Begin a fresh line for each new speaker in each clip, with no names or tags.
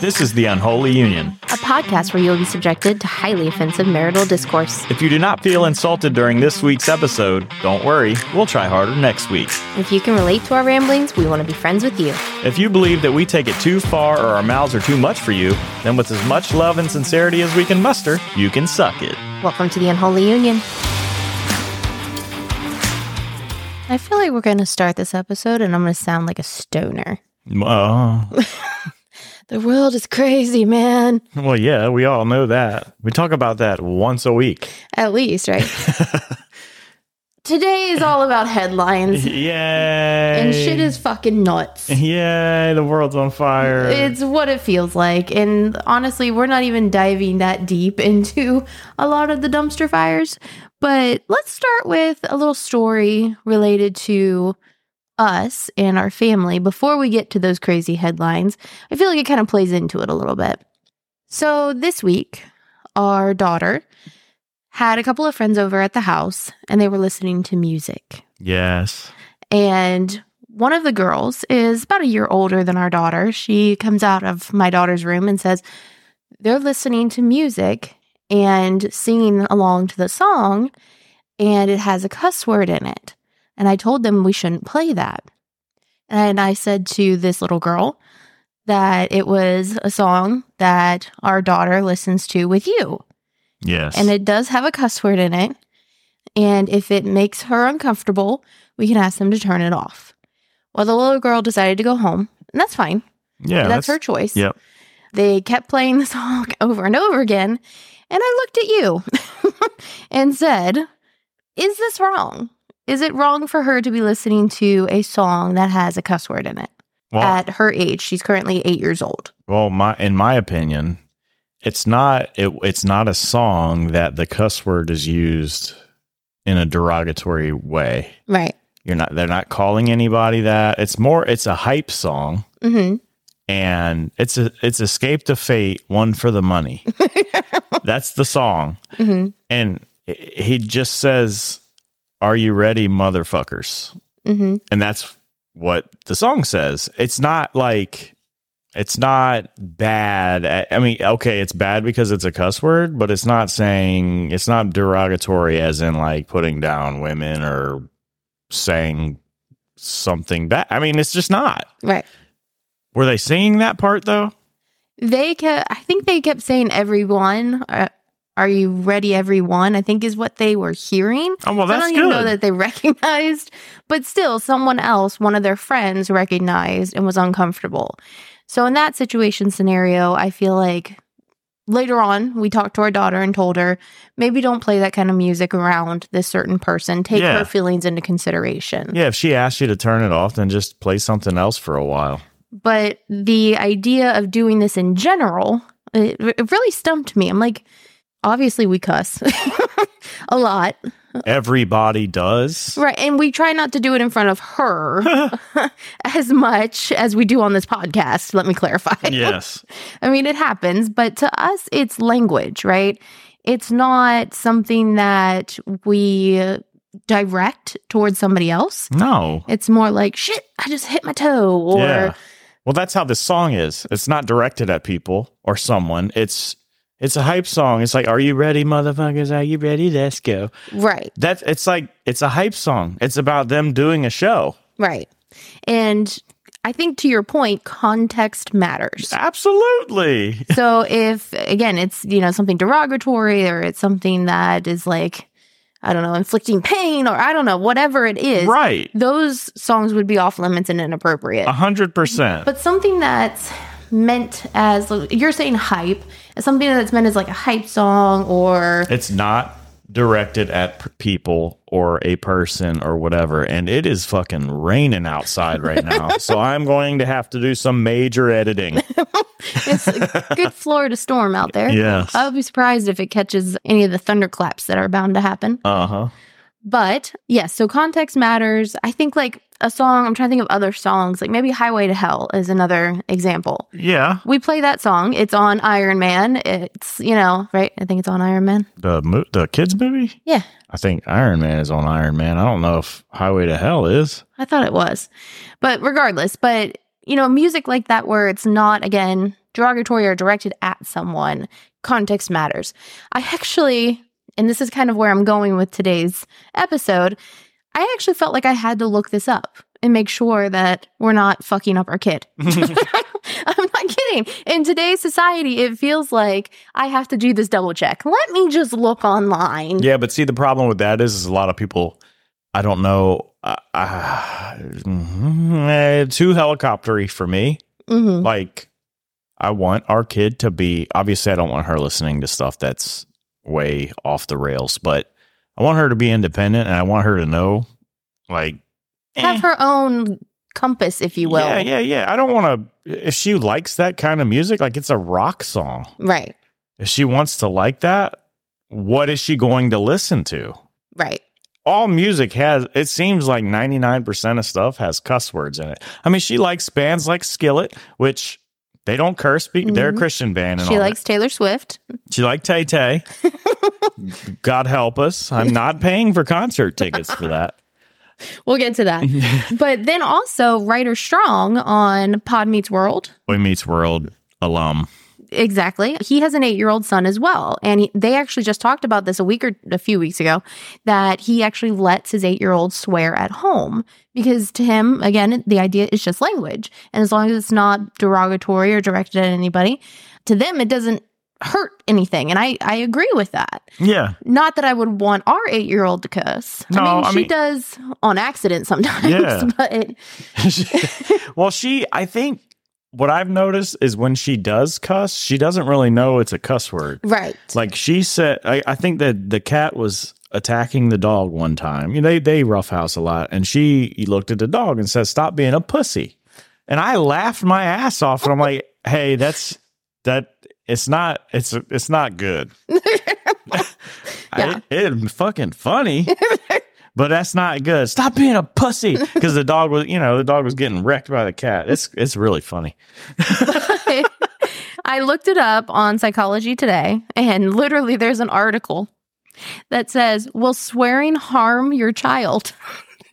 This is The Unholy Union.
a podcast where you'll be subjected to highly offensive marital discourse.
If you do not feel insulted during this week's episode, don't worry, we'll try harder next week.
If you can relate to our ramblings, we want to be friends with you.
If you believe that we take it too far or our mouths are too much for you, then with as much love and sincerity as we can muster, you can suck it.
Welcome to the Unholy Union. I feel like we're going to start this episode and I'm going to sound like a stoner.
Uh,
The world is crazy, man.
well, yeah, we all know that. We talk about that once a week.
At least, right? Today is all about headlines
Yay!
and shit is fucking nuts.
Yay! The world's on fire.
It's what it feels like. And honestly, we're not even diving that deep into a lot of the dumpster fires. But let's start with a little story related to us and our family before we get to those crazy headlines. I feel like it kind of plays into it a little bit. So this week, our daughter had a couple of friends over at the house and they were listening to music.
yes.
And one of the girls is about a year older than our daughter. She comes out of my daughter's room and says, They're listening to music and singing along to the song, and it has a cuss word in it. And I told them we shouldn't play that. And I said to this little girl that it was a song that our daughter listens to with you.
Yes.
And it does have a cuss word in it. And if it makes her uncomfortable, we can ask them to turn it off. Well, the little girl decided to go home, and that's fine.
yeah,
that's, her choice.
Yep.
They kept playing the song over and over again. And I looked at you and said, Is this wrong? Is it wrong for her to be listening to a song that has a cuss word in it
Well,
at her age? She's currently eight years old.
Well, my in my opinion, it's not it, it's not a song that the cuss word is used in a derogatory way.
Right.
You're not they're not calling anybody that. It's more it's a hype song
Mm
and it's a it's escape to fate, one for the money. That's the song.
hmm. Mm
And he just says, "Are you ready, motherfuckers?"
hmm. Mm hmm.
and that's what the song says. It's not like it's not bad. I- I mean, okay, it's bad because it's a cuss word, but it's not saying it's not derogatory as in like putting down women or saying something bad. I mean, it's just not.
Right.
Were they singing that part though?
they kept i think they kept saying everyone uh, are you ready everyone i think is what they were hearing
Oh well,
So i
that's
don't even know
good.
that they recognized but still someone else one of their friends recognized and was uncomfortable so in that situation scenario i feel like later on we talked to our daughter and told her maybe don't play that kind of music around this certain person take
Yeah.
her feelings into consideration
yeah, if she asked you to turn it off, then just play something else for a while.
but the idea of doing this in general it, it really stumped me i'm like obviously we cuss a lot
Everybody does.
right and we try not to do it in front of her as much as we do on this podcast let me clarify
yes.
i mean it happens but to us it's language right it's not something that we direct towards somebody else
No.
it's more like shit i just hit my toe or
Well, that's how this song is. It's not directed at people or someone. It's it's a hype song. It's like, are you ready, motherfuckers? Are you ready? Let's go.
right
That's it's like it's a hype song. It's about them doing a show.
Right. And I think to your point, context matters.
Absolutely.
so if again it's you know something derogatory or it's something that is like I don't know, inflicting pain or I don't know, whatever it is,
Right. Uh-huh.
those songs would be off limits and inappropriate.
A hundred percent.
But something that's meant as you're saying hype, something that's meant as like a hype song or
It's not directed at p- people or a person or whatever. And it is fucking raining outside right now. so I'm going to have to do some major editing.
it's a good Florida storm out there.
Yes.
I would be surprised if it catches any of the thunderclaps that are bound to happen.
Uh huh.
But yes, so context matters. I think like a song, I'm trying to think of other songs, like maybe Highway to Hell is another example.
Yeah.
We play that song. It's on Iron Man. It's, you know, right? I think it's on Iron Man.
The mo- the kids movie.
Yeah,
I think Iron Man is on Iron Man. I don't know if Highway to Hell is.
I thought it was. But regardless, but you know, music like that where it's not again derogatory or directed at someone, context matters. I actually, and this is kind of where I'm going with today's episode, I actually felt like I had to look this up and make sure that we're not fucking up our kid. I'm not kidding. In today's society, it feels like I have to do this double check. Let me just look online.
Yeah, but see, the problem with that is, is a lot of people. I don't know. Uh, uh, mm, eh, too helicoptery for me.
Mhm.
Like, I want our kid to be. Obviously, I don't want her listening to stuff that's way off the rails, but I want her to be independent, and I want her to know, like, eh.
Have her own compass, if you will.
Yeah, yeah, yeah. I don't want to. If she likes that kind of music, like it's a rock song.
Right,
If she wants to like that, what is she going to listen to?
right.
All music has, it seems like 99% of stuff has cuss words in it. I mean, she likes bands like Skillet, which they don't curse, be- they're a
Mhm.
Christian band. And
She
all that.
likes Taylor Swift.
She liked Tay Tay. God help us. I'm not paying for concert tickets for that.
We'll get to that. but then also writer Strong on Pod Meets World.
Boy Meets World alum.
Exactly. He has an eight year old son as well. And he, they actually just talked about this a week or a few weeks ago that he actually lets his eight year old swear at home because to him, again, the idea is just language. And as long as it's not derogatory or directed at anybody, to them, it doesn't hurt anything. And I, I agree with that.
Yeah.
Not that I would want our eight year old to cuss.
No,
I mean,
I
she
mean-
does on accident sometimes,
Yeah.
but
well, she, I think what I've noticed is when she does cuss, she doesn't really know it's a cuss word.
right.
Like she said, I, I think that the cat was attacking the dog one time. You know, they they roughhouse a lot, and she looked at the dog and said, "Stop being a pussy." And I laughed my ass off, and I'm like, "Hey, that's that. It's not. It's it's not good.
Yeah.
I, it, fucking funny." But that's not good. Stop being a pussy, because the dog was, you know, the dog was getting wrecked by the cat. It's it's really funny.
I looked it up on Psychology Today, and literally there's an article that says, Will swearing harm your child?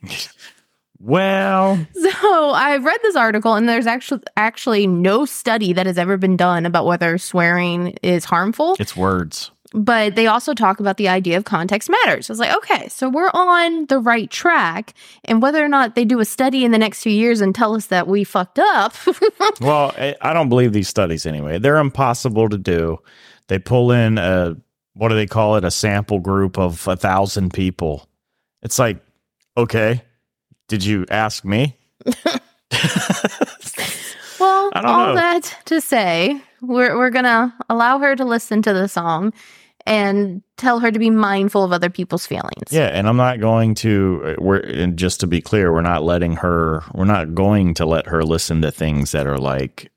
Well,
So I read this article, and there's actually actually no study that has ever been done about whether swearing is harmful.
it's words.
But they also talk about the idea of context matters. I was like, okay, so we're on the right track. And whether or not they do a study in the next few years and tell us that we fucked up,
Well, I- I don't believe these studies anyway. They're impossible to do. They pull in a what do they call it? A sample group of a thousand people. It's like, okay, did you ask me?
Well,
I don't
all
know.
that to say, we're we're gonna allow her to listen to the song and tell her to be mindful of other people's feelings.
Yeah, and I'm not going to. eh, We're and just to be clear, we're not letting her. We're not going to let her listen to things that are like,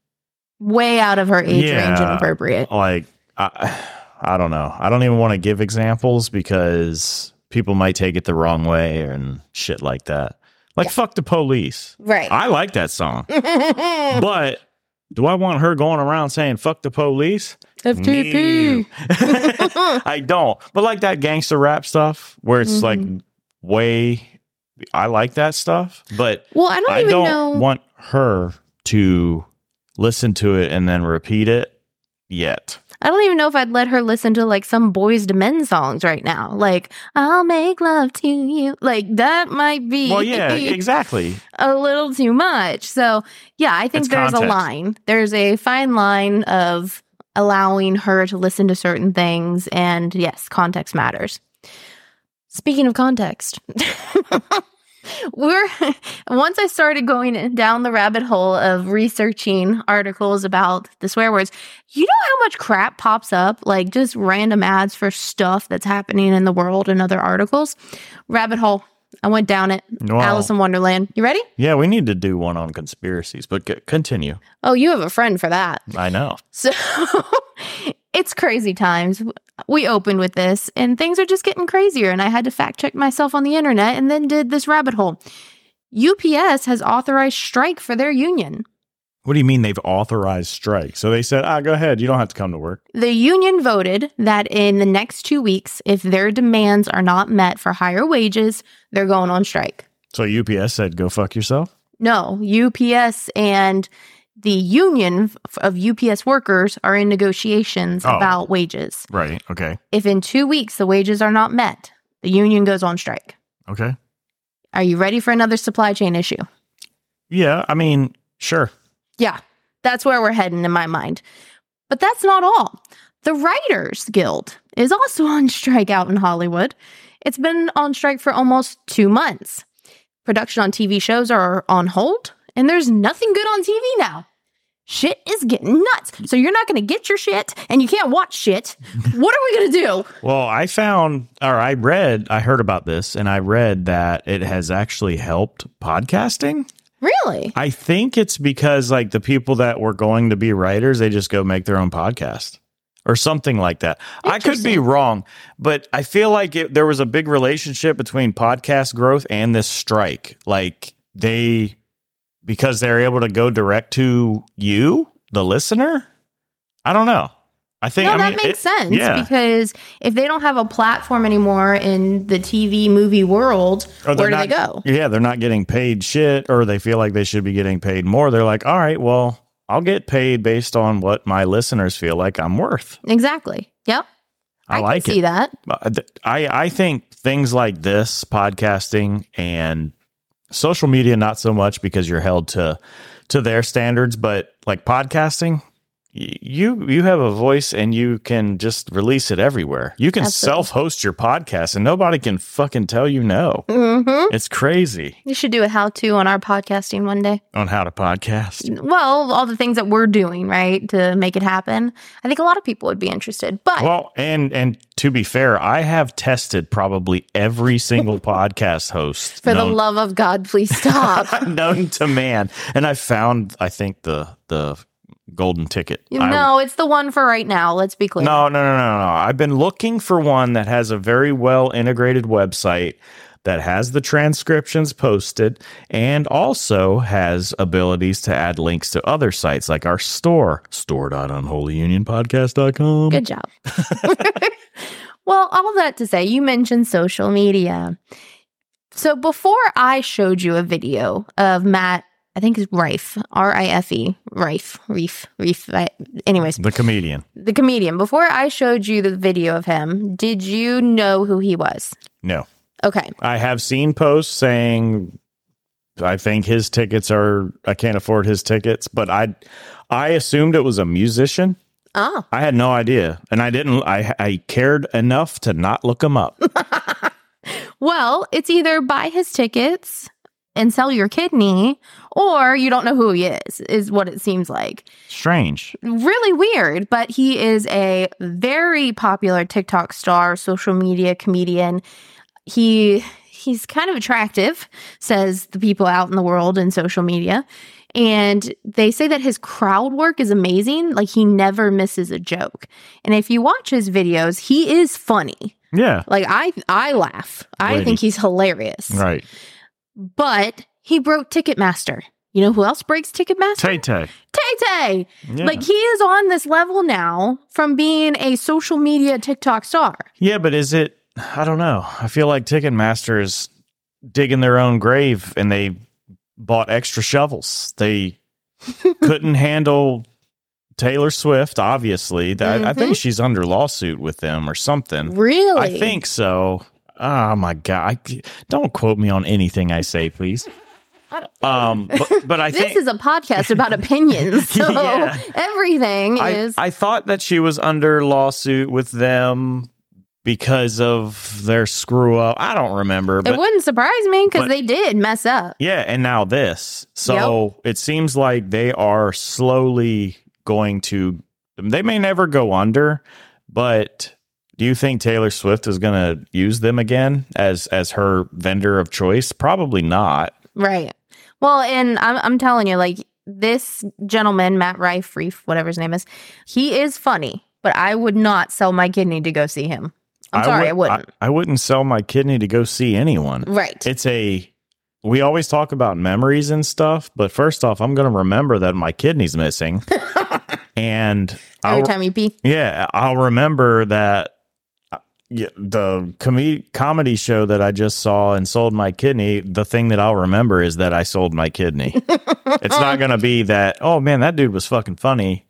Way out of her age range and
Yeah.
appropriate.
like I, I don't know. I don't even want to give examples because people might take it the wrong way and shit like that. Like fuck the police.
Right.
I like that song. but do I want her going around saying "fuck the police"?
FTP.
No. I don't. But like that gangster rap stuff, where it's
Mhm.
like way, I like that stuff. But
Well, I don't
I
even
don't
know.
want her to listen to it and then repeat it yet.
I don't even know if I'd let her listen to like some boys to men songs right now. Like I'll make love to you. Like that might be.
Well, yeah, exactly.
a little too much. So, yeah, I think
It's
there's a
context.
line. There's a fine line of allowing her to listen to certain things. And yes, context matters. Speaking of context, we're once I started going down the rabbit hole of researching articles about the swear words, you know how much crap pops up, like just random ads for stuff that's happening in the world and other articles. Rabbit hole. I went down it.
Well,
Alice in Wonderland. You ready?
yeah, we need to do one on conspiracies, but c- continue.
Oh, you have a friend for that.
I know.
So it's crazy times. We opened with this and things are just getting crazier. And I had to fact check myself on the internet and then did this rabbit hole. UPS has authorized strike for their union.
What do you mean they've authorized strike? So they said, ah, go ahead. You don't have to come to work.
The union voted that in the next two weeks, if their demands are not met for higher wages, they're going on strike.
So UPS said, go fuck yourself.
No, UPS and the union f- of UPS workers are in negotiations
Oh.
about wages.
Right. Okay.
If in two weeks the wages are not met, the union goes on strike.
Okay.
Are you ready for another supply chain issue?
Yeah. I mean, sure.
Yeah, that's where we're heading in my mind. But that's not all. The Writers Guild is also on strike out in Hollywood. It's been on strike for almost two months. Production on TV shows are on hold, and there's nothing good on TV now. Shit is getting nuts. So you're not going to get your shit, and you can't watch shit. What are we going to do?
Well, I found or I read, I heard about this and I read that it has actually helped podcasting.
Really?
I think it's because like the people that were going to be writers, they just go make their own podcast or something like that. I could be
Interesting.
wrong, but I feel like it, there was a big relationship between podcast growth and this strike. Like they, because they're able to go direct to you, the listener. I don't know. I think
No,
I
that
mean,
makes
it-
sense
yeah.
because if they don't have a platform anymore in the TV movie world,
Or Oh, they're
where do they
not-
go?
Yeah, they're not getting paid shit, or they feel like they should be getting paid more. They're like, all right, well, I'll get paid based on what my listeners feel like I'm worth.
Exactly. Yep.
I,
can
like
see
it.
that.
Uh, th- I I think things like this, podcasting and social media, not so much because you're held to to their standards, but like podcasting. y- You you have a voice and you can just release it everywhere. You can
Absolutely.
self-host your podcast and nobody can fucking tell you no.
Mm-hmm.
It's crazy
You should do a how to on our podcasting one day.
on how to podcast.
Well, all the things that we're doing, right, to make it happen. I think a lot of people would be interested. But
Well, and and to be fair, I have tested probably every single podcast host
for the
known-
love of God, please stop.
known to man, and I found I think the the golden ticket. I-
no, it's the one for right now. Let's be clear.
no, no, no, no, no. I've been looking for one that has a very well integrated website that has the transcriptions posted and also has abilities to add links to other sites like our store store.unholyunionpodcast.com.
Good job. well, all that to say, you mentioned social media. So before I showed you a video of Matt, I think it's Rife, R I F E, Rife, Reef, Reef. I, anyways,
The comedian.
the comedian. Before I showed you the video of him, did you know who he was?
No.
Okay.
I have seen posts saying I think his tickets are I can't afford his tickets, but I I assumed it was a musician.
Oh,
I had no idea, and I didn't. I I cared enough to not look him up.
well, it's either buy his tickets and sell your kidney, or you don't know who he is, is what it seems like.
Strange.
really weird, but he is a very popular TikTok star, social media comedian. He he's kind of attractive, says the people out in the world in social media. And they say that his crowd work is amazing. Like he never misses a joke. And if you watch his videos, he is funny.
Yeah.
Like I I laugh. I
Lady.
think he's hilarious.
Right.
But he broke Ticketmaster. You know who else breaks Ticketmaster?
Tay Tay.
Tay Tay.
Yeah.
Like he is on this level now from being a social media TikTok star.
yeah, but is it? I don't know. I feel like Ticketmaster is digging their own grave, and they bought extra shovels. They couldn't handle. Taylor Swift, obviously, That- I think she's under lawsuit with them or something.
Mm-hmm. Really?
I think so. Oh my god! I, don't quote me on anything I say, please. Um, but, but I
this
think
is a podcast about opinions. So
Yeah.
everything
I,
is
I thought that she was under lawsuit with them because of their screw up. I don't remember,
it
but
wouldn't surprise me because
but-
they did mess up.
yeah. And now this, so it seems like they are slowly going to. They may never go under, but do you think Taylor Swift is going to use them again as as her vendor of choice? Probably not.
Right. Well, and I'm I'm telling you, like this gentleman, Matt Rife, Reef, whatever his name is, he is funny, but I would not sell my kidney to go see him. I'm sorry, I
would-
wouldn't.
I, I wouldn't sell my kidney to go see anyone.
right.
It's a. We always talk about memories and stuff, but first off, I'm going to remember that my kidney's missing, and
Every
I'll,
time you pee.
yeah, I'll remember that uh, yeah, the com- comedy show that I just saw and sold my kidney, the thing that I'll remember is that I sold my kidney. it's not going to be that, oh man, that dude was fucking funny.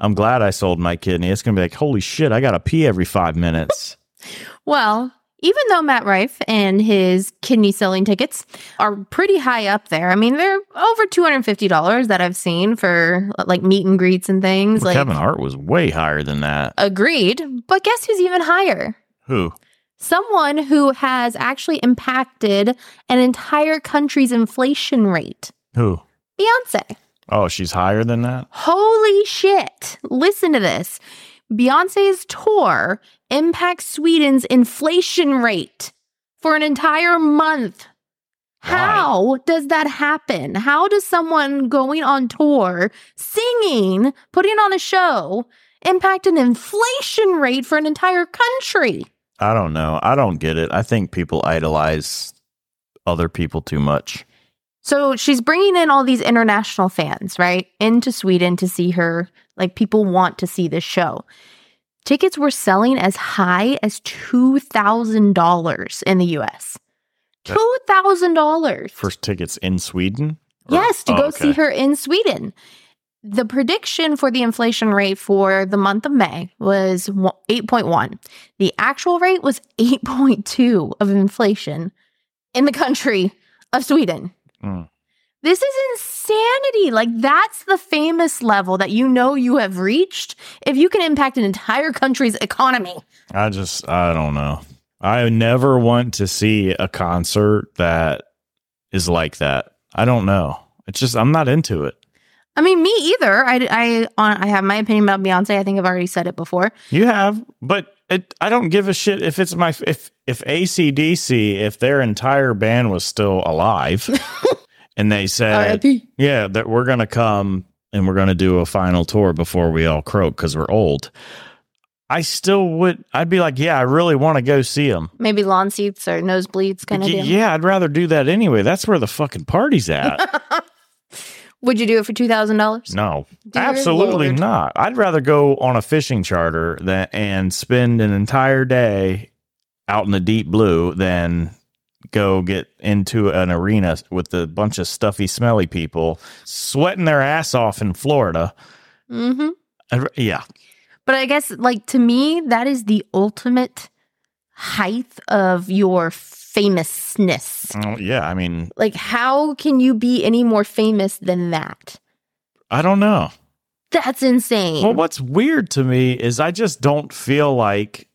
I'm glad I sold my kidney. It's going to be like, holy shit, I got to pee every five minutes.
Well, even though Matt Rife and his kidney selling tickets are pretty high up there, I mean, they're over $250 that I've seen for like meet and greets and things.
Well,
like,
Kevin Hart was way higher than that.
agreed. But guess who's even higher?
Who?
Someone who has actually impacted an entire country's inflation rate
Who?
Beyonce.
Oh, she's higher than that?
Holy shit. Listen to this Beyonce's tour impacts Sweden's inflation rate for an entire month.
Why?
How does that happen? How does someone going on tour, singing, putting on a show, impact an inflation rate for an entire country?
I don't know. I don't get it. I think people idolize other people too much.
So she's bringing in all these international fans, right, into Sweden to see her. Like people want to see this show. Tickets were selling as high as $2,000 in the US.
That's-
$2,000.
For tickets in Sweden? Or-
Yes, to
Oh,
go see
okay.
her in Sweden. The prediction for the inflation rate for the month of May was wo- 8.1. The actual rate was 8.2 of inflation in the country of Sweden.
Mm.
This is insanity. Like that's the famous level that you know you have reached if you can impact an entire country's economy.
I just I don't know. I never want to see a concert that is like that. I don't know. It's just I'm not into it.
I mean, me either. I I on, I have my opinion about Beyonce. I think I've already said it before.
You have, but it, I don't give a shit if it's my if if ACDC if their entire band was still alive and they said
R.I.P.
yeah that we're gonna come and we're gonna do a final tour before we all croak because we're old. I still would. I'd be like, yeah, I really want to go see them.
Maybe lawn seats or nosebleeds kind of deal.
yeah, I'd rather do that anyway. That's where the fucking party's at.
Would you do it for two thousand dollars?
No,
Dear
absolutely
Lord.
not. I'd rather go on a fishing charter than and spend an entire day out in the deep blue than go get into an arena with a bunch of stuffy, smelly people sweating their ass off in Florida.
Mm-hmm.
I'd- Yeah,
But I guess, like to me, that is the ultimate height of your famousness.
Oh, yeah. I mean,
Like, how can you be any more famous than that?
I don't know.
That's insane.
Well, what's weird to me is I just don't feel like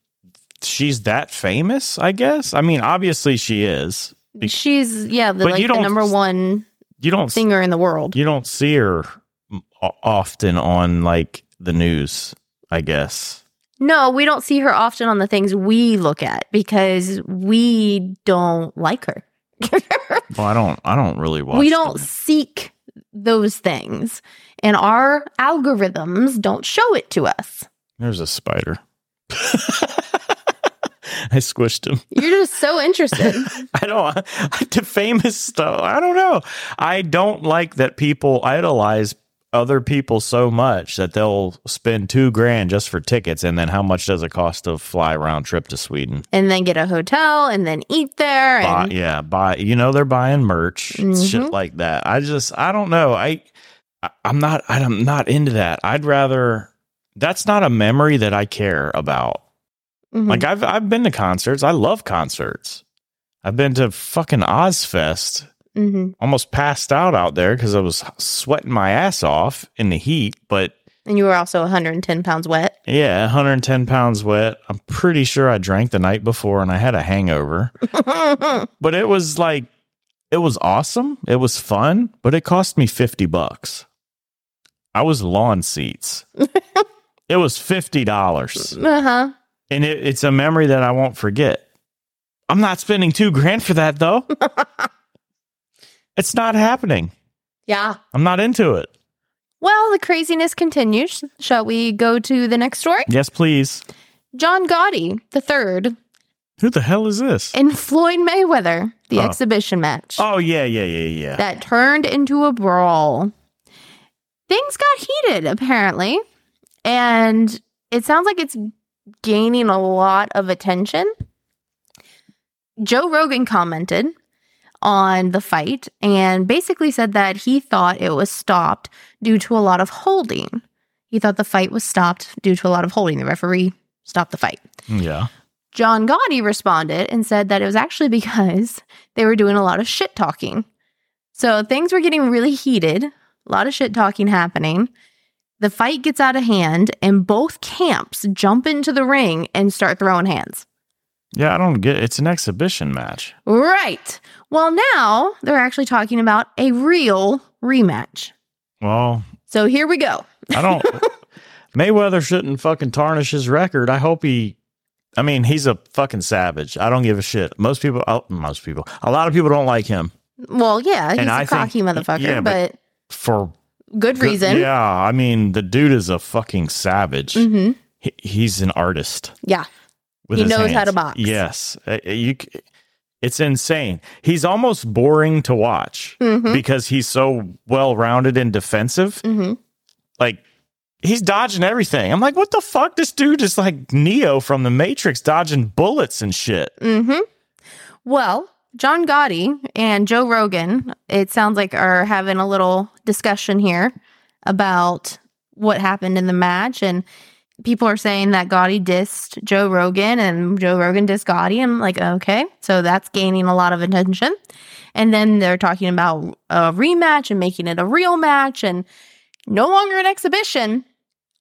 she's that famous. I guess. I mean, obviously she is.
She's yeah, the,
But
like
you
the
don't-
number one
You don't
singer in the world.
you don't see her m- o- often on like the news i guess
No, we don't see her often on the things we look at because we don't like her.
well i don't i don't really watch
we don't
the-
seek those things, and our algorithms don't show it to us.
there's a spider i squished him
You're just so interested.
i don't the famous stuff i don't know i don't like that people idolize other people so much that they'll spend two grand just for tickets and then how much does it cost to fly round trip to sweden
and then get a hotel and then eat there.
Buy,
And
yeah, buy. You know, they're buying merch,
Mhm.
shit like that. I just, I don't know. I, I- I'm not, I'm not into that. I'd rather. That's not a memory that I care about.
Mhm.
Like I've, I've been to concerts. I love concerts. I've been to fucking Ozfest.
Mhm.
Almost passed out out there because I was sweating my ass off in the heat. But
and you were also 110 pounds wet.
yeah, 110 pounds wet. I'm pretty sure I drank the night before and I had a hangover.
Uh-huh.
but it was like it was awesome it was fun but it cost me 50 bucks i was lawn seats it was $50
Uh-huh.
and it, it's a memory that i won't forget i'm not spending two grand for that though it's not happening
Yeah.
i'm not into it
Well, the craziness continues. Shall we go to the next story?
yes please
John Gotti, the third,
who the hell is this
and Floyd Mayweather, the
Oh.
exhibition match
oh yeah yeah yeah yeah
that turned into a brawl. Things got heated, apparently. And it sounds like it's gaining a lot of attention. Joe Rogan commented on the fight and basically said that he thought it was stopped due to a lot of holding. He thought the fight was stopped due to a lot of holding. The referee stopped the fight.
Yeah.
John Gotti responded and said that it was actually because they were doing a lot of shit talking. So things were getting really heated, a lot of shit talking happening. The fight gets out of hand, and both camps jump into the ring and start throwing hands.
Yeah, I don't get it's an exhibition match.
Right. Well, now they're actually talking about a real rematch.
Well,
So here we go.
I don't Mayweather shouldn't fucking tarnish his record. I hope he I mean, he's a fucking savage. I don't give a shit. Most people oh, most people. A lot of people don't like him
Well, yeah, he's
And
a
I think-
cocky motherfucker,
yeah,
but,
but- for good-
good reason.
Yeah, I mean, the dude is a fucking savage.
hmm
He, he's an artist.
Yeah.
with
He
his
knows how to
hands.
box.
Yes, Uh, you. c- It's insane. He's almost boring to watch
hmm
because he's so well rounded and defensive.
hmm
Like he's dodging everything. I'm like, what the fuck? This dude is like Neo from the Matrix, dodging bullets and shit.
hmm Well, John Gotti and Joe Rogan, it sounds like, are having a little discussion here about what happened in the match. And people are saying that Gotti dissed Joe Rogan and Joe Rogan dissed Gotti. I'm like, okay, so that's gaining a lot of attention. And then they're talking about a rematch and making it a real match and no longer an exhibition.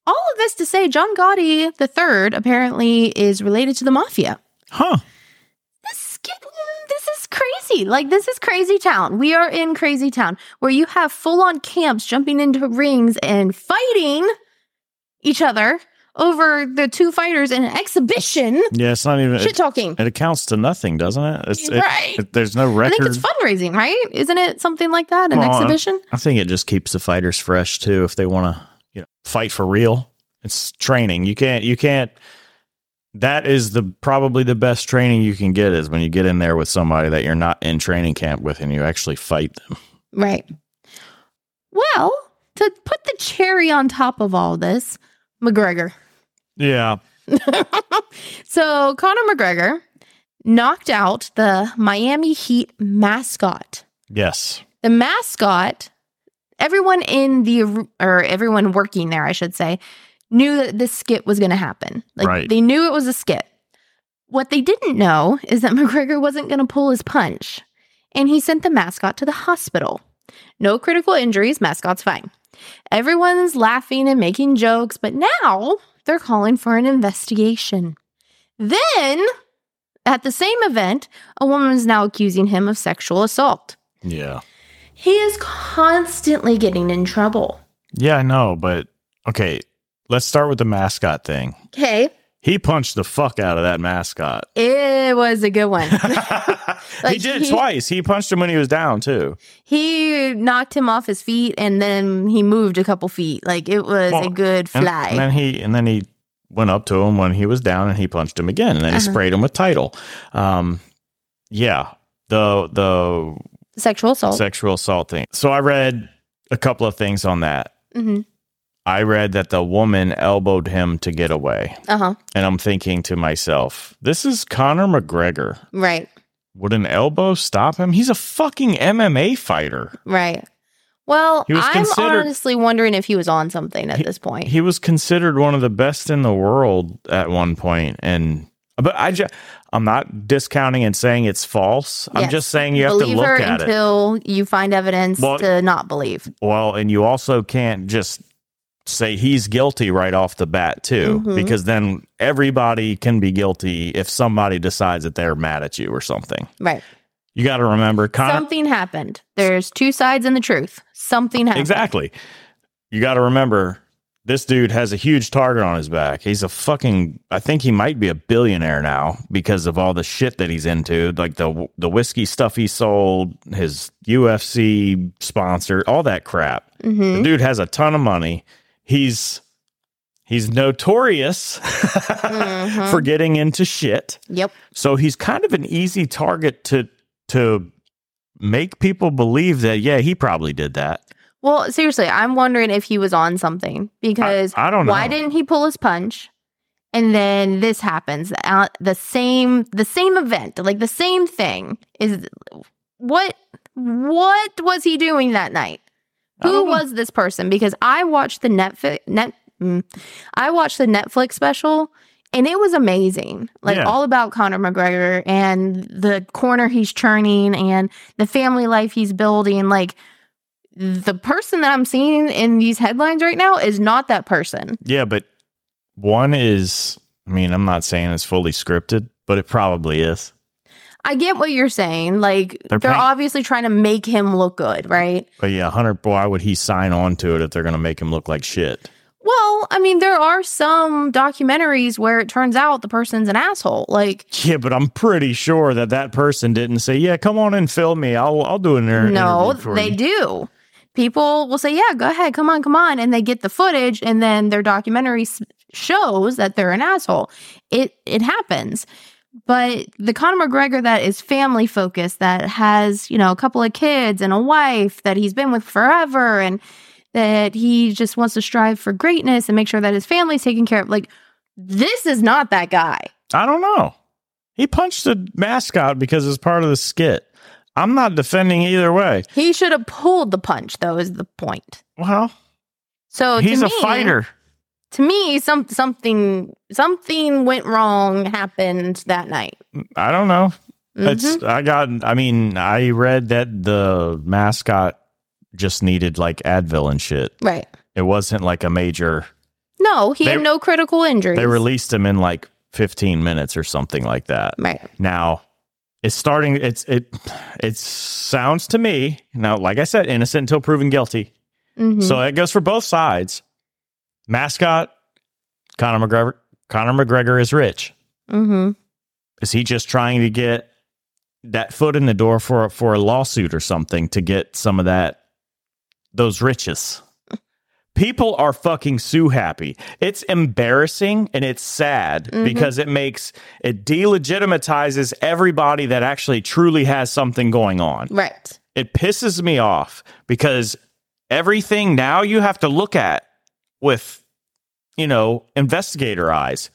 All of this to say, John Gotti the third apparently is related to the mafia
Huh?
this is getting- this is crazy. Like this is crazy town. We are in crazy town where you have full on camps jumping into rings and fighting each other over the two fighters in an exhibition.
Yeah, it's not even.
Shit
It,
talking.
it accounts to nothing, doesn't it? It's, it,
right.
it- there's no
I think
record.
it's fundraising, right? Isn't it something like that? An
Well, I-
exhibition?
I think it just keeps the fighters fresh too if they want to, you know, fight for real. It's training. You can't you can't that is the probably the best training you can get is when you get in there with somebody that you're not in training camp with and you actually fight them.
Right. Well, to put the cherry on top of all this, McGregor.
Yeah.
so Conor McGregor knocked out the Miami Heat mascot.
Yes.
The mascot, everyone in the or everyone working there, I should say, knew that this skit was going to happen. Like
Right.
they knew it was a skit. What they didn't know is that McGregor wasn't going to pull his punch, and he sent the mascot to the hospital. No critical injuries, mascot's fine. Everyone's laughing and making jokes, but now they're calling for an investigation. Then, at the same event, a woman is now accusing him of sexual assault.
Yeah.
He is constantly getting in trouble.
Yeah, I know, but okay, let's start with the mascot thing.
Okay.
He punched the fuck out of that mascot.
It was a good one.
he
Like,
did it
he-
twice. He punched him when he was down too.
he knocked him off his feet and then he moved a couple feet. Like it was
Well,
a good
And,
fly.
and then he and then he went up to him when he was down and he punched him again and then he
Uh-huh.
sprayed him with title. Um, yeah, the the
Sexual assault.
sexual assault thing. So I read a couple of things on that.
hmm
I read that the woman elbowed him to get away,
Uh huh.
and I'm thinking to myself, this is Conor McGregor.
Right.
Would an elbow stop him? He's a fucking MMA fighter.
Right. Well,
He was
I'm
considered-
honestly wondering if he was on something at
He-
this point.
he was considered one of the best in the world at one point and but i just i'm not discounting and saying it's false i'm
Yes.
just saying you have
believe
to
her
look at it
until you find evidence
Well-
to not believe.
well and you also can't just say he's guilty right off the bat too
Mhm.
because then everybody can be guilty if somebody decides that they're mad at you or something
Right.
you got to remember Connor,
something happened. There's two sides in the truth. Something happened.
exactly you got to remember this dude has a huge target on his back. He's a fucking. I think he might be a billionaire now because of all the shit that he's into, like the the whiskey stuff he sold, his UFC sponsor, all that crap.
hmm
The dude has a ton of money. He's he's notorious
Mhm.
for getting into shit.
Yep.
So he's kind of an easy target to to make people believe that yeah, he probably did that.
Well, seriously, I'm wondering if he was on something
I,
because
I don't know.
why didn't he pull his punch? and then this happens uh, the same the same event like the same thing is what what was he doing that night
I
who
don't know.
was this person because i watched the netflix net mm, i watched the netflix special and it was amazing like
Yeah.
all about conor mcgregor and the corner he's churning and the family life he's building like the person that i'm seeing in these headlines right now is not that person
Yeah, but one is, I mean, I'm not saying it's fully scripted, but it probably is.
I get what you're saying. Like
They're
they're,
paying-
obviously trying to make him look good, right?
But yeah, Hunter, why would he sign on to it if they're going to make him look like shit?
Well, I mean, there are some documentaries where it turns out the person's an asshole. Like
Yeah, but I'm pretty sure that that person didn't say, "Yeah, come on and film me. I'll I'll do an inter-
no,
interview for
they
you."
do. People will say, "Yeah, go ahead, come on, come on," and they get the footage, and then their documentary s- shows that they're an asshole. It it happens. But the Conor McGregor that is family focused, that has you know a couple of kids and a wife that he's been with forever, and that he just wants to strive for greatness and make sure that his family's taken care of. Like this is not that guy.
I don't know. He punched a mascot because it's part of the skit. I'm not defending either way.
He should have pulled the punch, though. Is the point?
Well,
So to
he's a
me-
fighter.
to me some something something went wrong happened that night
I don't know.
Mhm.
It's I got. I mean, I read that the mascot just needed like Advil and shit.
right
It wasn't like a major.
no he
They-
had no critical injuries
They released him in like 15 minutes or something like that.
right
Now, it's starting. It's it. It sounds to me now. Like I said, innocent until proven guilty.
Mhm.
So it goes for both sides. Mascot Conor McGregor. Conor McGregor is rich.
Mhm.
Is he just trying to get that foot in the door for for a lawsuit or something to get some of that those riches? People are fucking sue happy. It's embarrassing and it's sad
Mhm.
because it makes it delegitimizes everybody that actually truly has something going on.
right
It pisses me off because everything now you have to look at with you know investigator eyes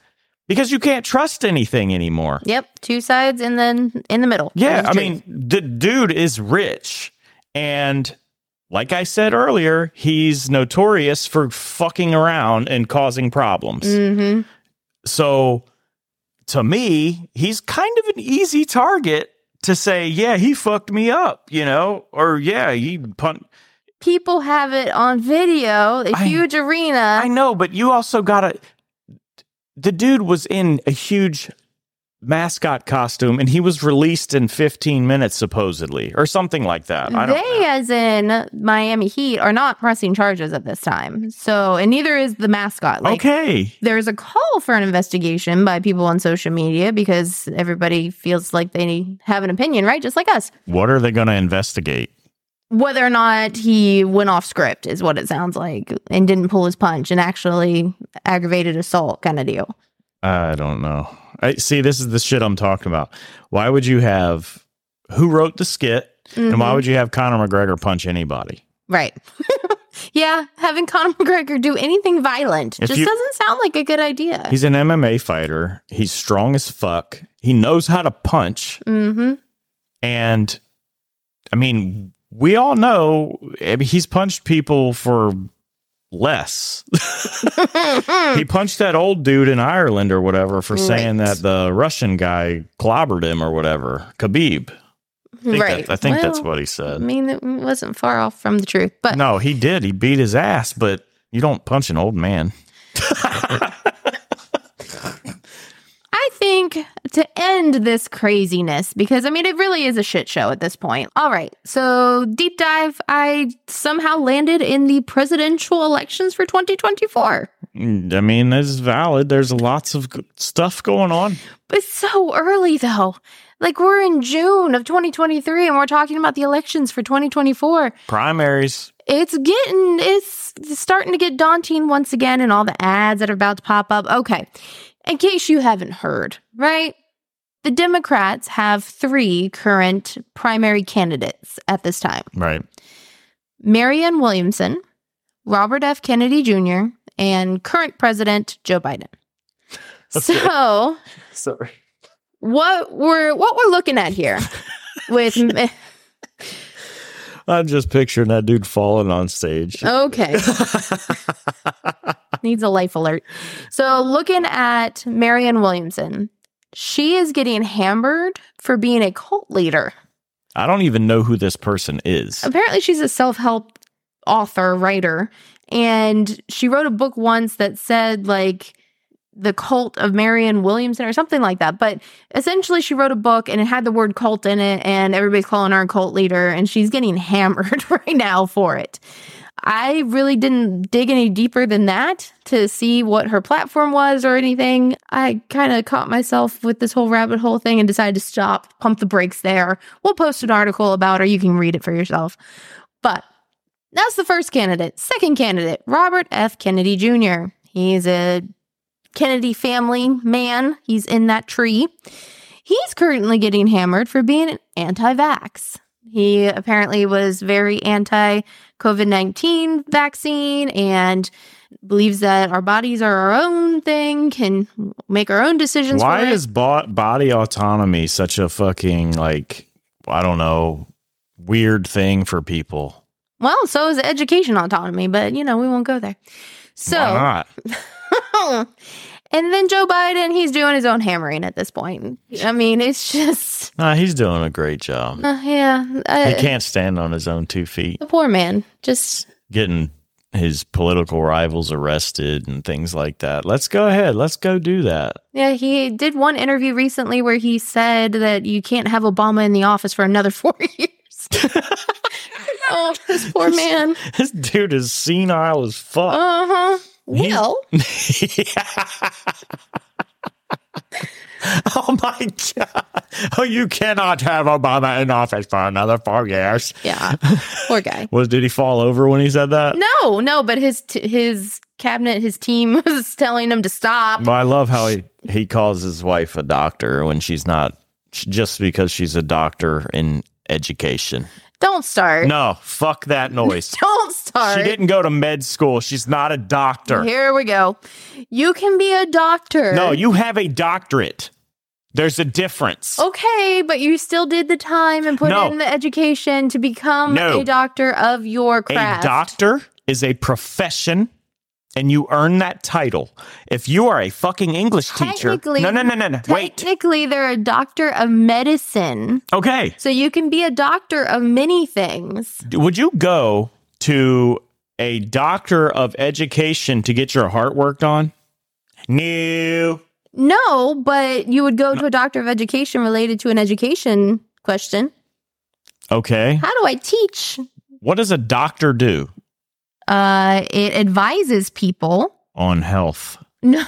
because you can't trust anything anymore.
yep two sides and then in the middle
Yeah,
There's
I
truth.
mean, the dude is rich. And like I said earlier, he's notorious for fucking around and causing problems.
Mhm.
So to me, he's kind of an easy target to say, yeah, he fucked me up, you know, or yeah, he punt.
people have it on video a
I-
huge arena
I know, but you also got to. The dude was in a huge mascot costume and he was released in 15 minutes, supposedly, or something like that. I don't know.
they, as in Miami Heat, are not pressing charges at this time. So, and neither is the mascot. Like,
okay.
there's a call for an investigation by people on social media because everybody feels like they have an opinion, right? Just like us.
What are they going to investigate?
Whether or not he went off script is what it sounds like and didn't pull his punch and actually aggravated assault kind of deal.
I don't know. I see this is the shit I'm talking about. Why would you have who wrote the skit and why
Mhm.
would you have Conor McGregor punch anybody?
right. yeah. Having Conor McGregor do anything violent
If
just
you-
doesn't sound like a good idea.
He's an MMA fighter. He's strong as fuck. He knows how to punch
Mm-hmm.
and I mean, we all know I mean, he's punched people for less. he punched that old dude in Ireland or whatever for saying
Right.
that the Russian guy clobbered him or whatever. Khabib. I think,
right.
that, I think that's
Well,
what he
I
said.
mean, it wasn't far off from the truth, but
No, he did. He beat his ass, but you don't punch an old man.
I think to end this craziness, because I mean, it really is a shit show at this point. All right. So, deep dive, I somehow landed in the presidential elections for 2024.
Mm, I mean, this is valid. There's lots of g- stuff going on.
But it's so early, though. Like, we're in June of 2023 and we're talking about the elections for 2024.
Primaries.
It's getting, it's starting to get daunting once again, and all the ads that are about to pop up. Okay. In case you haven't heard, right? The Democrats have three current primary candidates at this time
Right.
Marianne Williamson, Robert F. Kennedy Jr., and current President Joe Biden. So,
Sorry.
what we're what we're looking at here with m-
I'm just picturing that dude falling on stage.
okay needs a life alert. So, looking at Marianne Williamson, she is getting hammered for being a cult leader.
I don't even know who this person is.
Apparently, she's a self help author, writer, and she wrote a book once that said, like, the cult of Marianne Williamson or something like that. But essentially, she wrote a book and it had the word cult in it, and everybody's calling her a cult leader, and she's getting hammered right now for it. I really didn't dig any deeper than that to see what her platform was or anything. I kind of caught myself with this whole rabbit hole thing and decided to stop, pump the brakes there. We'll post an article about her. You can read it for yourself. But that's the first candidate. Second candidate, Robert F. Kennedy Jr. He's a Kennedy family man, he's in that tree. He's currently getting hammered for being an anti vax. He apparently was very anti COVID 19 vaccine and believes that our bodies are our own thing, can make our own decisions.
Why
for it.
is bo- body autonomy such a fucking like I don't know weird thing for people?
Well, so is education autonomy, but you know, we won't go there.
Why
So,
not?
and then Joe Biden, he's doing his own hammering at this point. I mean, it's just,
Nah, he's doing a great job.
uh, yeah.
He
Uh,
can't stand on his own two feet.
the poor man, just
Getting his political rivals arrested and things like that. Let's go ahead. Let's go do that.
Yeah, he did one interview recently where he said that you can't have Obama in the office for another four years. oh, this poor man.
This dude is senile as fuck.
Uh huh.
He's-
Well,
oh my god! Oh, you cannot have Obama in office for another four years.
yeah, poor guy.
Was did he fall over when he said that?
No, no, but his t- his cabinet, his team was telling him to stop.
Well, I love how he he calls his wife a doctor when she's not, sh- just because she's a doctor in education.
Don't start.
No, fuck that noise.
Don't start.
She didn't go to med school. She's not a doctor.
Here we go. You can be a doctor.
No, you have a doctorate. There's a difference.
Oh, Okay, but you still did the time and put
No.
in the education to become
No.
a doctor of your craft.
A doctor is a profession and you earn that title. If you are a fucking English teacher.
Technically-
No, no, no, no, no. Wait.
Technically, they're a doctor of medicine.
Okay.
So you can be a doctor of many things.
Would you go to a doctor of education to get your heart worked on? No.
No, but you would go to a doctor of education related to an education question.
Okay.
How do I teach?
What does a doctor do
Uh, it advises people.
on health?
No.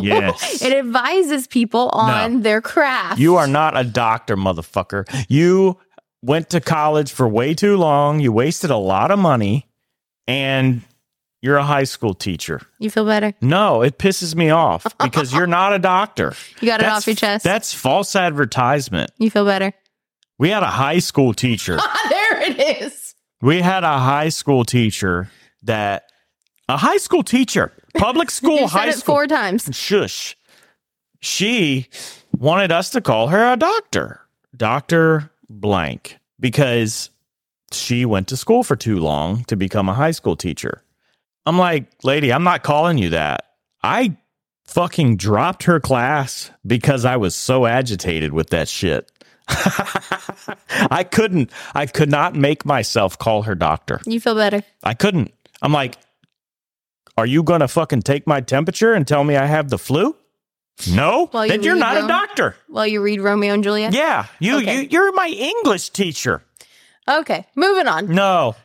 Yes.
it advises people on their craft.
You are not a doctor, motherfucker. You went to college for way too long. You wasted a lot of money and you're a high school teacher.
You feel better.
No, it pisses me off because you're not a doctor.
You got it
That's-
off your chest.
That's false advertisement.
you feel better.
We had a high school teacher.
there it is.
we had a high school teacher that a high school teacher, public school,
you said
high
it
school.
four times.
shush. She wanted us to call her a doctor, Dr. Blank, because she went to school for too long to become a high school teacher. I'm like, lady, I'm not calling you that. I fucking dropped her class because I was so agitated with that shit. I couldn't, I could not make myself call her doctor.
You feel better.
I couldn't. I'm like, are you gonna fucking take my temperature and tell me I have the flu? No,
Well, you
then you're
really
not a
don't.
doctor.
While you read Romeo and Juliet.
Yeah, you
Okay.
you you're my English teacher.
Okay, moving on.
No,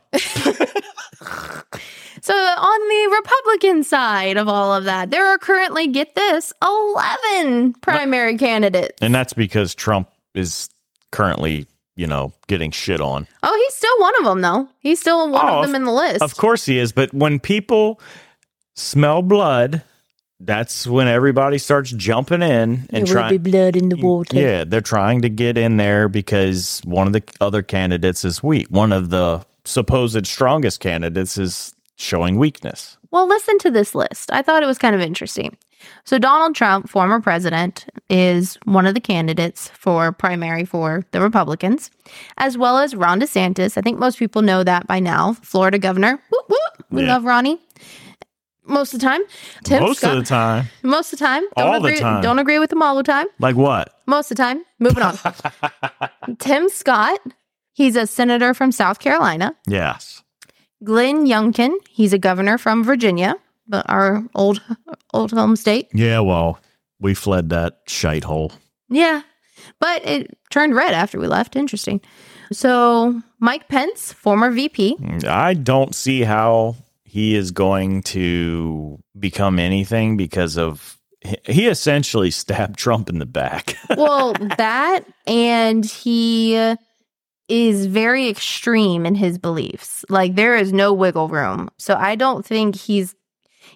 So, on the Republican side of all of that, there are currently, get this, 11 primary candidates.
and that's because Trump is currently you know getting shit on.
Oh, he's still one of them, though. He's still one
Oh,
of
of-
them in the list.
Of course he is, but when people smell blood, that's when everybody starts jumping in and trying.
blood in the water.
Yeah, they're trying to get in there because one of the other candidates is weak. One of the supposed strongest candidates is showing weakness.
Well, listen to this list. I thought it was kind of interesting. So, Donald Trump, former president, is one of the candidates for primary for the Republicans, as well as Ron DeSantis. I think most people know that by now. Florida governor. Whoop, whoop. We
Yeah.
love Ronnie. Most of the time. Tim
Most
Scott.
of the time,
most of the time. Don't
All the
agree,
time.
Don't agree with them all the time.
like what?
Most of the time. Moving on. Tim Scott. He's a senator from South Carolina.
Yes.
Glenn Youngkin. He's a governor from Virginia, but our old old home state.
Yeah. Well, we fled that shite hole.
Yeah, but it turned red after we left. Interesting. So Mike Pence, former VP.
I don't see how he is going to become anything because of he essentially stabbed Trump in the back.
Well, that and he is very extreme in his beliefs. Like there is no wiggle room. So I don't think he's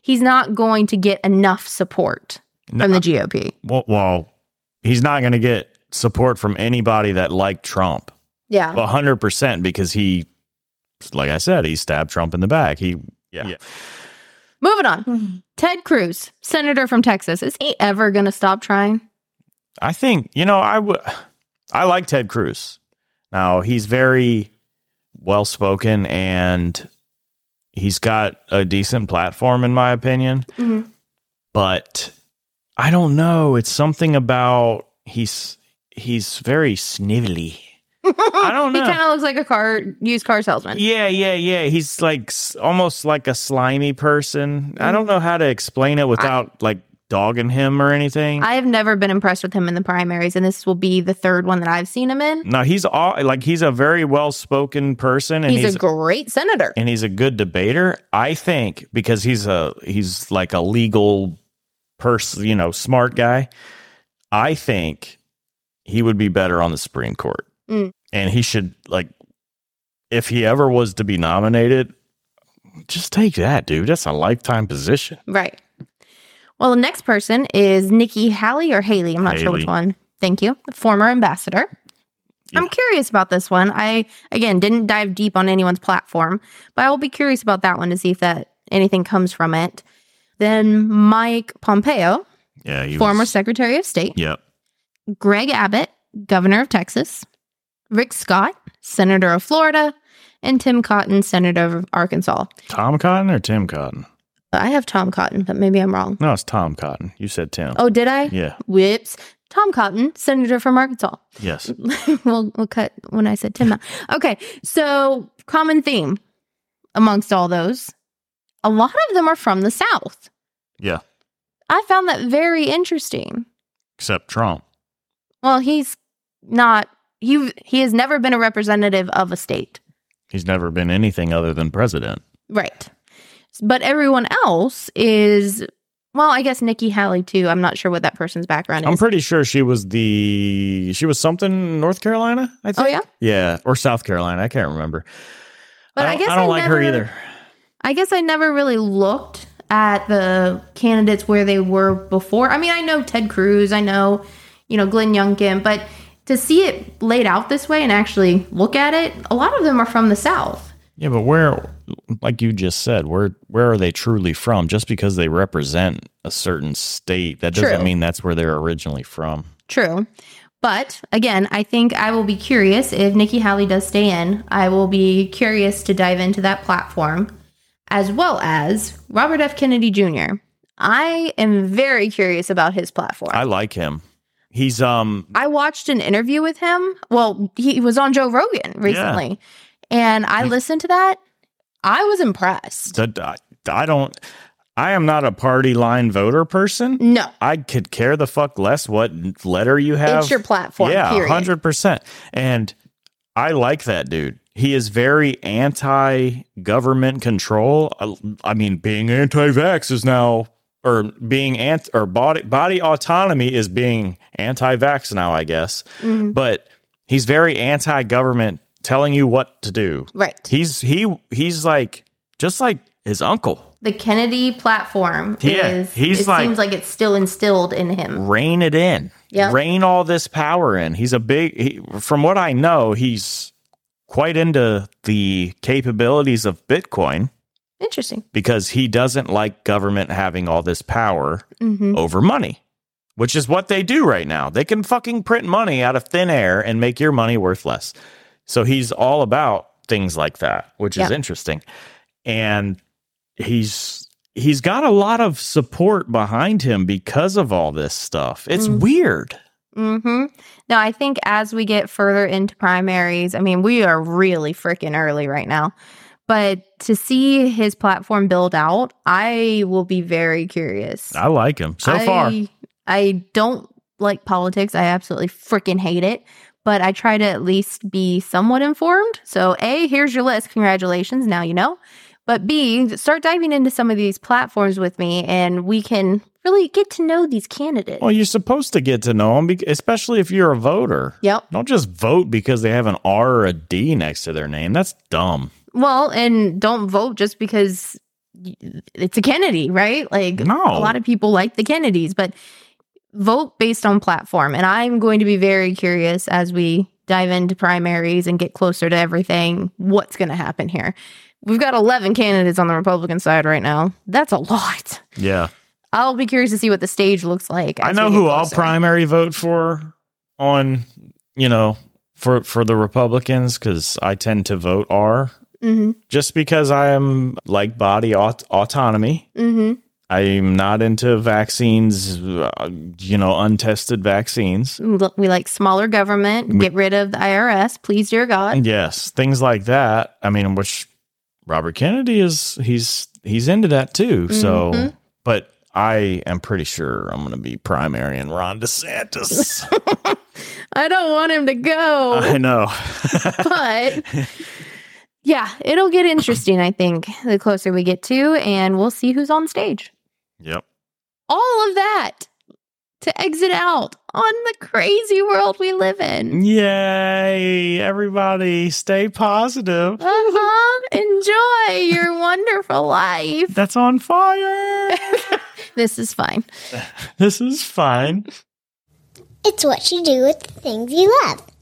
he's not going to get enough support from the GOP.
well, well, he's not going to get support from anybody that liked Trump.
Yeah.
A hundred percent because he, like I said, he stabbed Trump in the back. He, yeah,
Moving on. Ted Cruz, senator from Texas. Is he ever going to stop trying?
I think you know I would. I like Ted Cruz. Now he's very well spoken and he's got a decent platform, in my opinion.
Mhm.
But I don't know. It's something about he's he's very snivelly. I don't
He
know.
kind of looks like a car used car salesman.
Yeah, yeah, yeah. He's like s- almost like a slimy person. I don't know how to explain it without like dogging him or anything.
I have never been impressed with him in the primaries, and this will be the third one that I've seen him in.
no, he's all like he's a very well spoken person, and
He's,
he's,
a great senator.
and he's a good debater. I think because he's a he's like a legal person, you know, smart guy. I think he would be better on the Supreme Court,
Mm.
and he should like if he ever was to be nominated. Just take that, dude. That's a lifetime position.
Right. Well, the next person is Nikki Haley or Haley. I'm not sure which
Haley.
one. Thank you. Former ambassador. I'm
Yeah.
curious about this one. I again didn't dive deep on anyone's platform, but I will be curious about that one to see if that anything comes from it. Then Mike Pompeo,
Yeah, he
former
Was,
Secretary of State,
yep.
Greg Abbott, governor of Texas, Rick Scott, senator of Florida, and Tim Cotton, senator of Arkansas.
Tom Cotton or Tim Cotton?
I have Tom Cotton, but maybe I'm wrong.
No, it's Tom Cotton. You said Tim.
Oh, did I?
Yeah.
Whips. Tom Cotton, senator from Arkansas.
Yes.
Mm. we'll, we'll cut when I said Tim out. Okay. So, common theme amongst all those a lot of them are from the South.
Yeah.
I found that very interesting.
Except Trump.
Well, he's not, he, he has never been a representative of a state.
He's never been anything other than president.
Right. But everyone else is, well, I guess Nikki Haley too. I'm not sure what that person's background
I'm
is.
pretty sure she was the she was something North Carolina. I
oh,
think.
yeah.
Yeah, or South Carolina. I can't remember.
But I,
don't-
guess
I don't like her
never-
either.
I guess I never really looked at the candidates where they were before. I mean, I know Ted Cruz, I know, you know, Glenn Youngkin, but to see it laid out this way and actually look at it, a lot of them are from the South.
Yeah, but where, like you just said, where where are they truly from? Just because they represent a certain state, that doesn't
True.
mean that's where they're originally from.
True. But again, I think I will be curious if Nikki Haley does stay in. I will be curious to dive into that platform as well as Robert F. Kennedy Jr. I am very curious about his platform.
I like him. He's um
I watched an interview with him. Well, he was on Joe Rogan recently, and I listened to that. I was impressed.
that I, I don't I am not a party line voter person.
No,
I could care the fuck less what letter you have.
it's your platform.
yeah,
period.
hundred percent. And I like that dude. He is very anti-government control. I, I mean, being anti-vax is now, or being ant, or body body autonomy is being anti-vax now, I guess.
Mhm.
But he's very anti-government, telling you what to do.
Right.
He's he he's like just like his uncle.
The Kennedy platform
Yeah,
is.
he's
it
like-
seems like it's still instilled in him.
Rein it in.
Yeah.
Rein all this power in. He's a big he, from what I know, he's quite into the capabilities of Bitcoin.
Interesting.
because he doesn't like government having all this power
hmm
over money, which is what they do right now. They can fucking print money out of thin air and make your money worth less. So he's all about things like that, which is
Yeah.
interesting. And he's he's got a lot of support behind him because of all this stuff. It's
Mhm.
weird.
hmm No, I think as we get further into primaries, I mean, we are really freaking early right now. But to see his platform build out, I will be very curious.
I like him Uh, so far.
I, I don't like politics. I absolutely freaking hate it. But I try to at least be somewhat informed. So, A, here's your list. Congratulations. Now you know. But B, start diving into some of these platforms with me and we can really get to know these candidates.
Well, you're supposed to get to know him, bec- especially if you're a voter.
yep.
Don't just vote because they have an R or a D next to their name. That's dumb.
Well, and don't vote just because y- it's a Kennedy, right? Like
No.
a lot of people like the Kennedys, but vote based on platform. And I'm going to be very curious as we dive into primaries and get closer to everything what's going to happen here. We've got 11 candidates on the Republican side right now. That's a lot.
Yeah.
I'll be curious to see what the stage looks like.
I
as
know
we get
who I'll
closer.
primary vote for on, you know, for for the Republicans because I tend to vote R
Mhm.
just because I am like body aut- autonomy.
Mhm.
I'm not into vaccines, uh, you know, untested vaccines.
Look, We like smaller government.
We-
get rid of the IRS, please, dear God.
Yes, things like that. I mean, which Robert Kennedy is he's he's into that too. So,
Mhm.
but I am pretty sure I'm going to be primary in Ron DeSantis.
I don't want him to go.
I know.
but yeah, it'll get interesting, I think, the closer we get to, and we'll see who's on stage.
yep.
All of that to exit out on the crazy world we live in.
Yay, everybody, stay positive.
Uh huh. Enjoy your wonderful life.
That's on fire.
This is fine.
this is fine.
It's what you do with the things you love.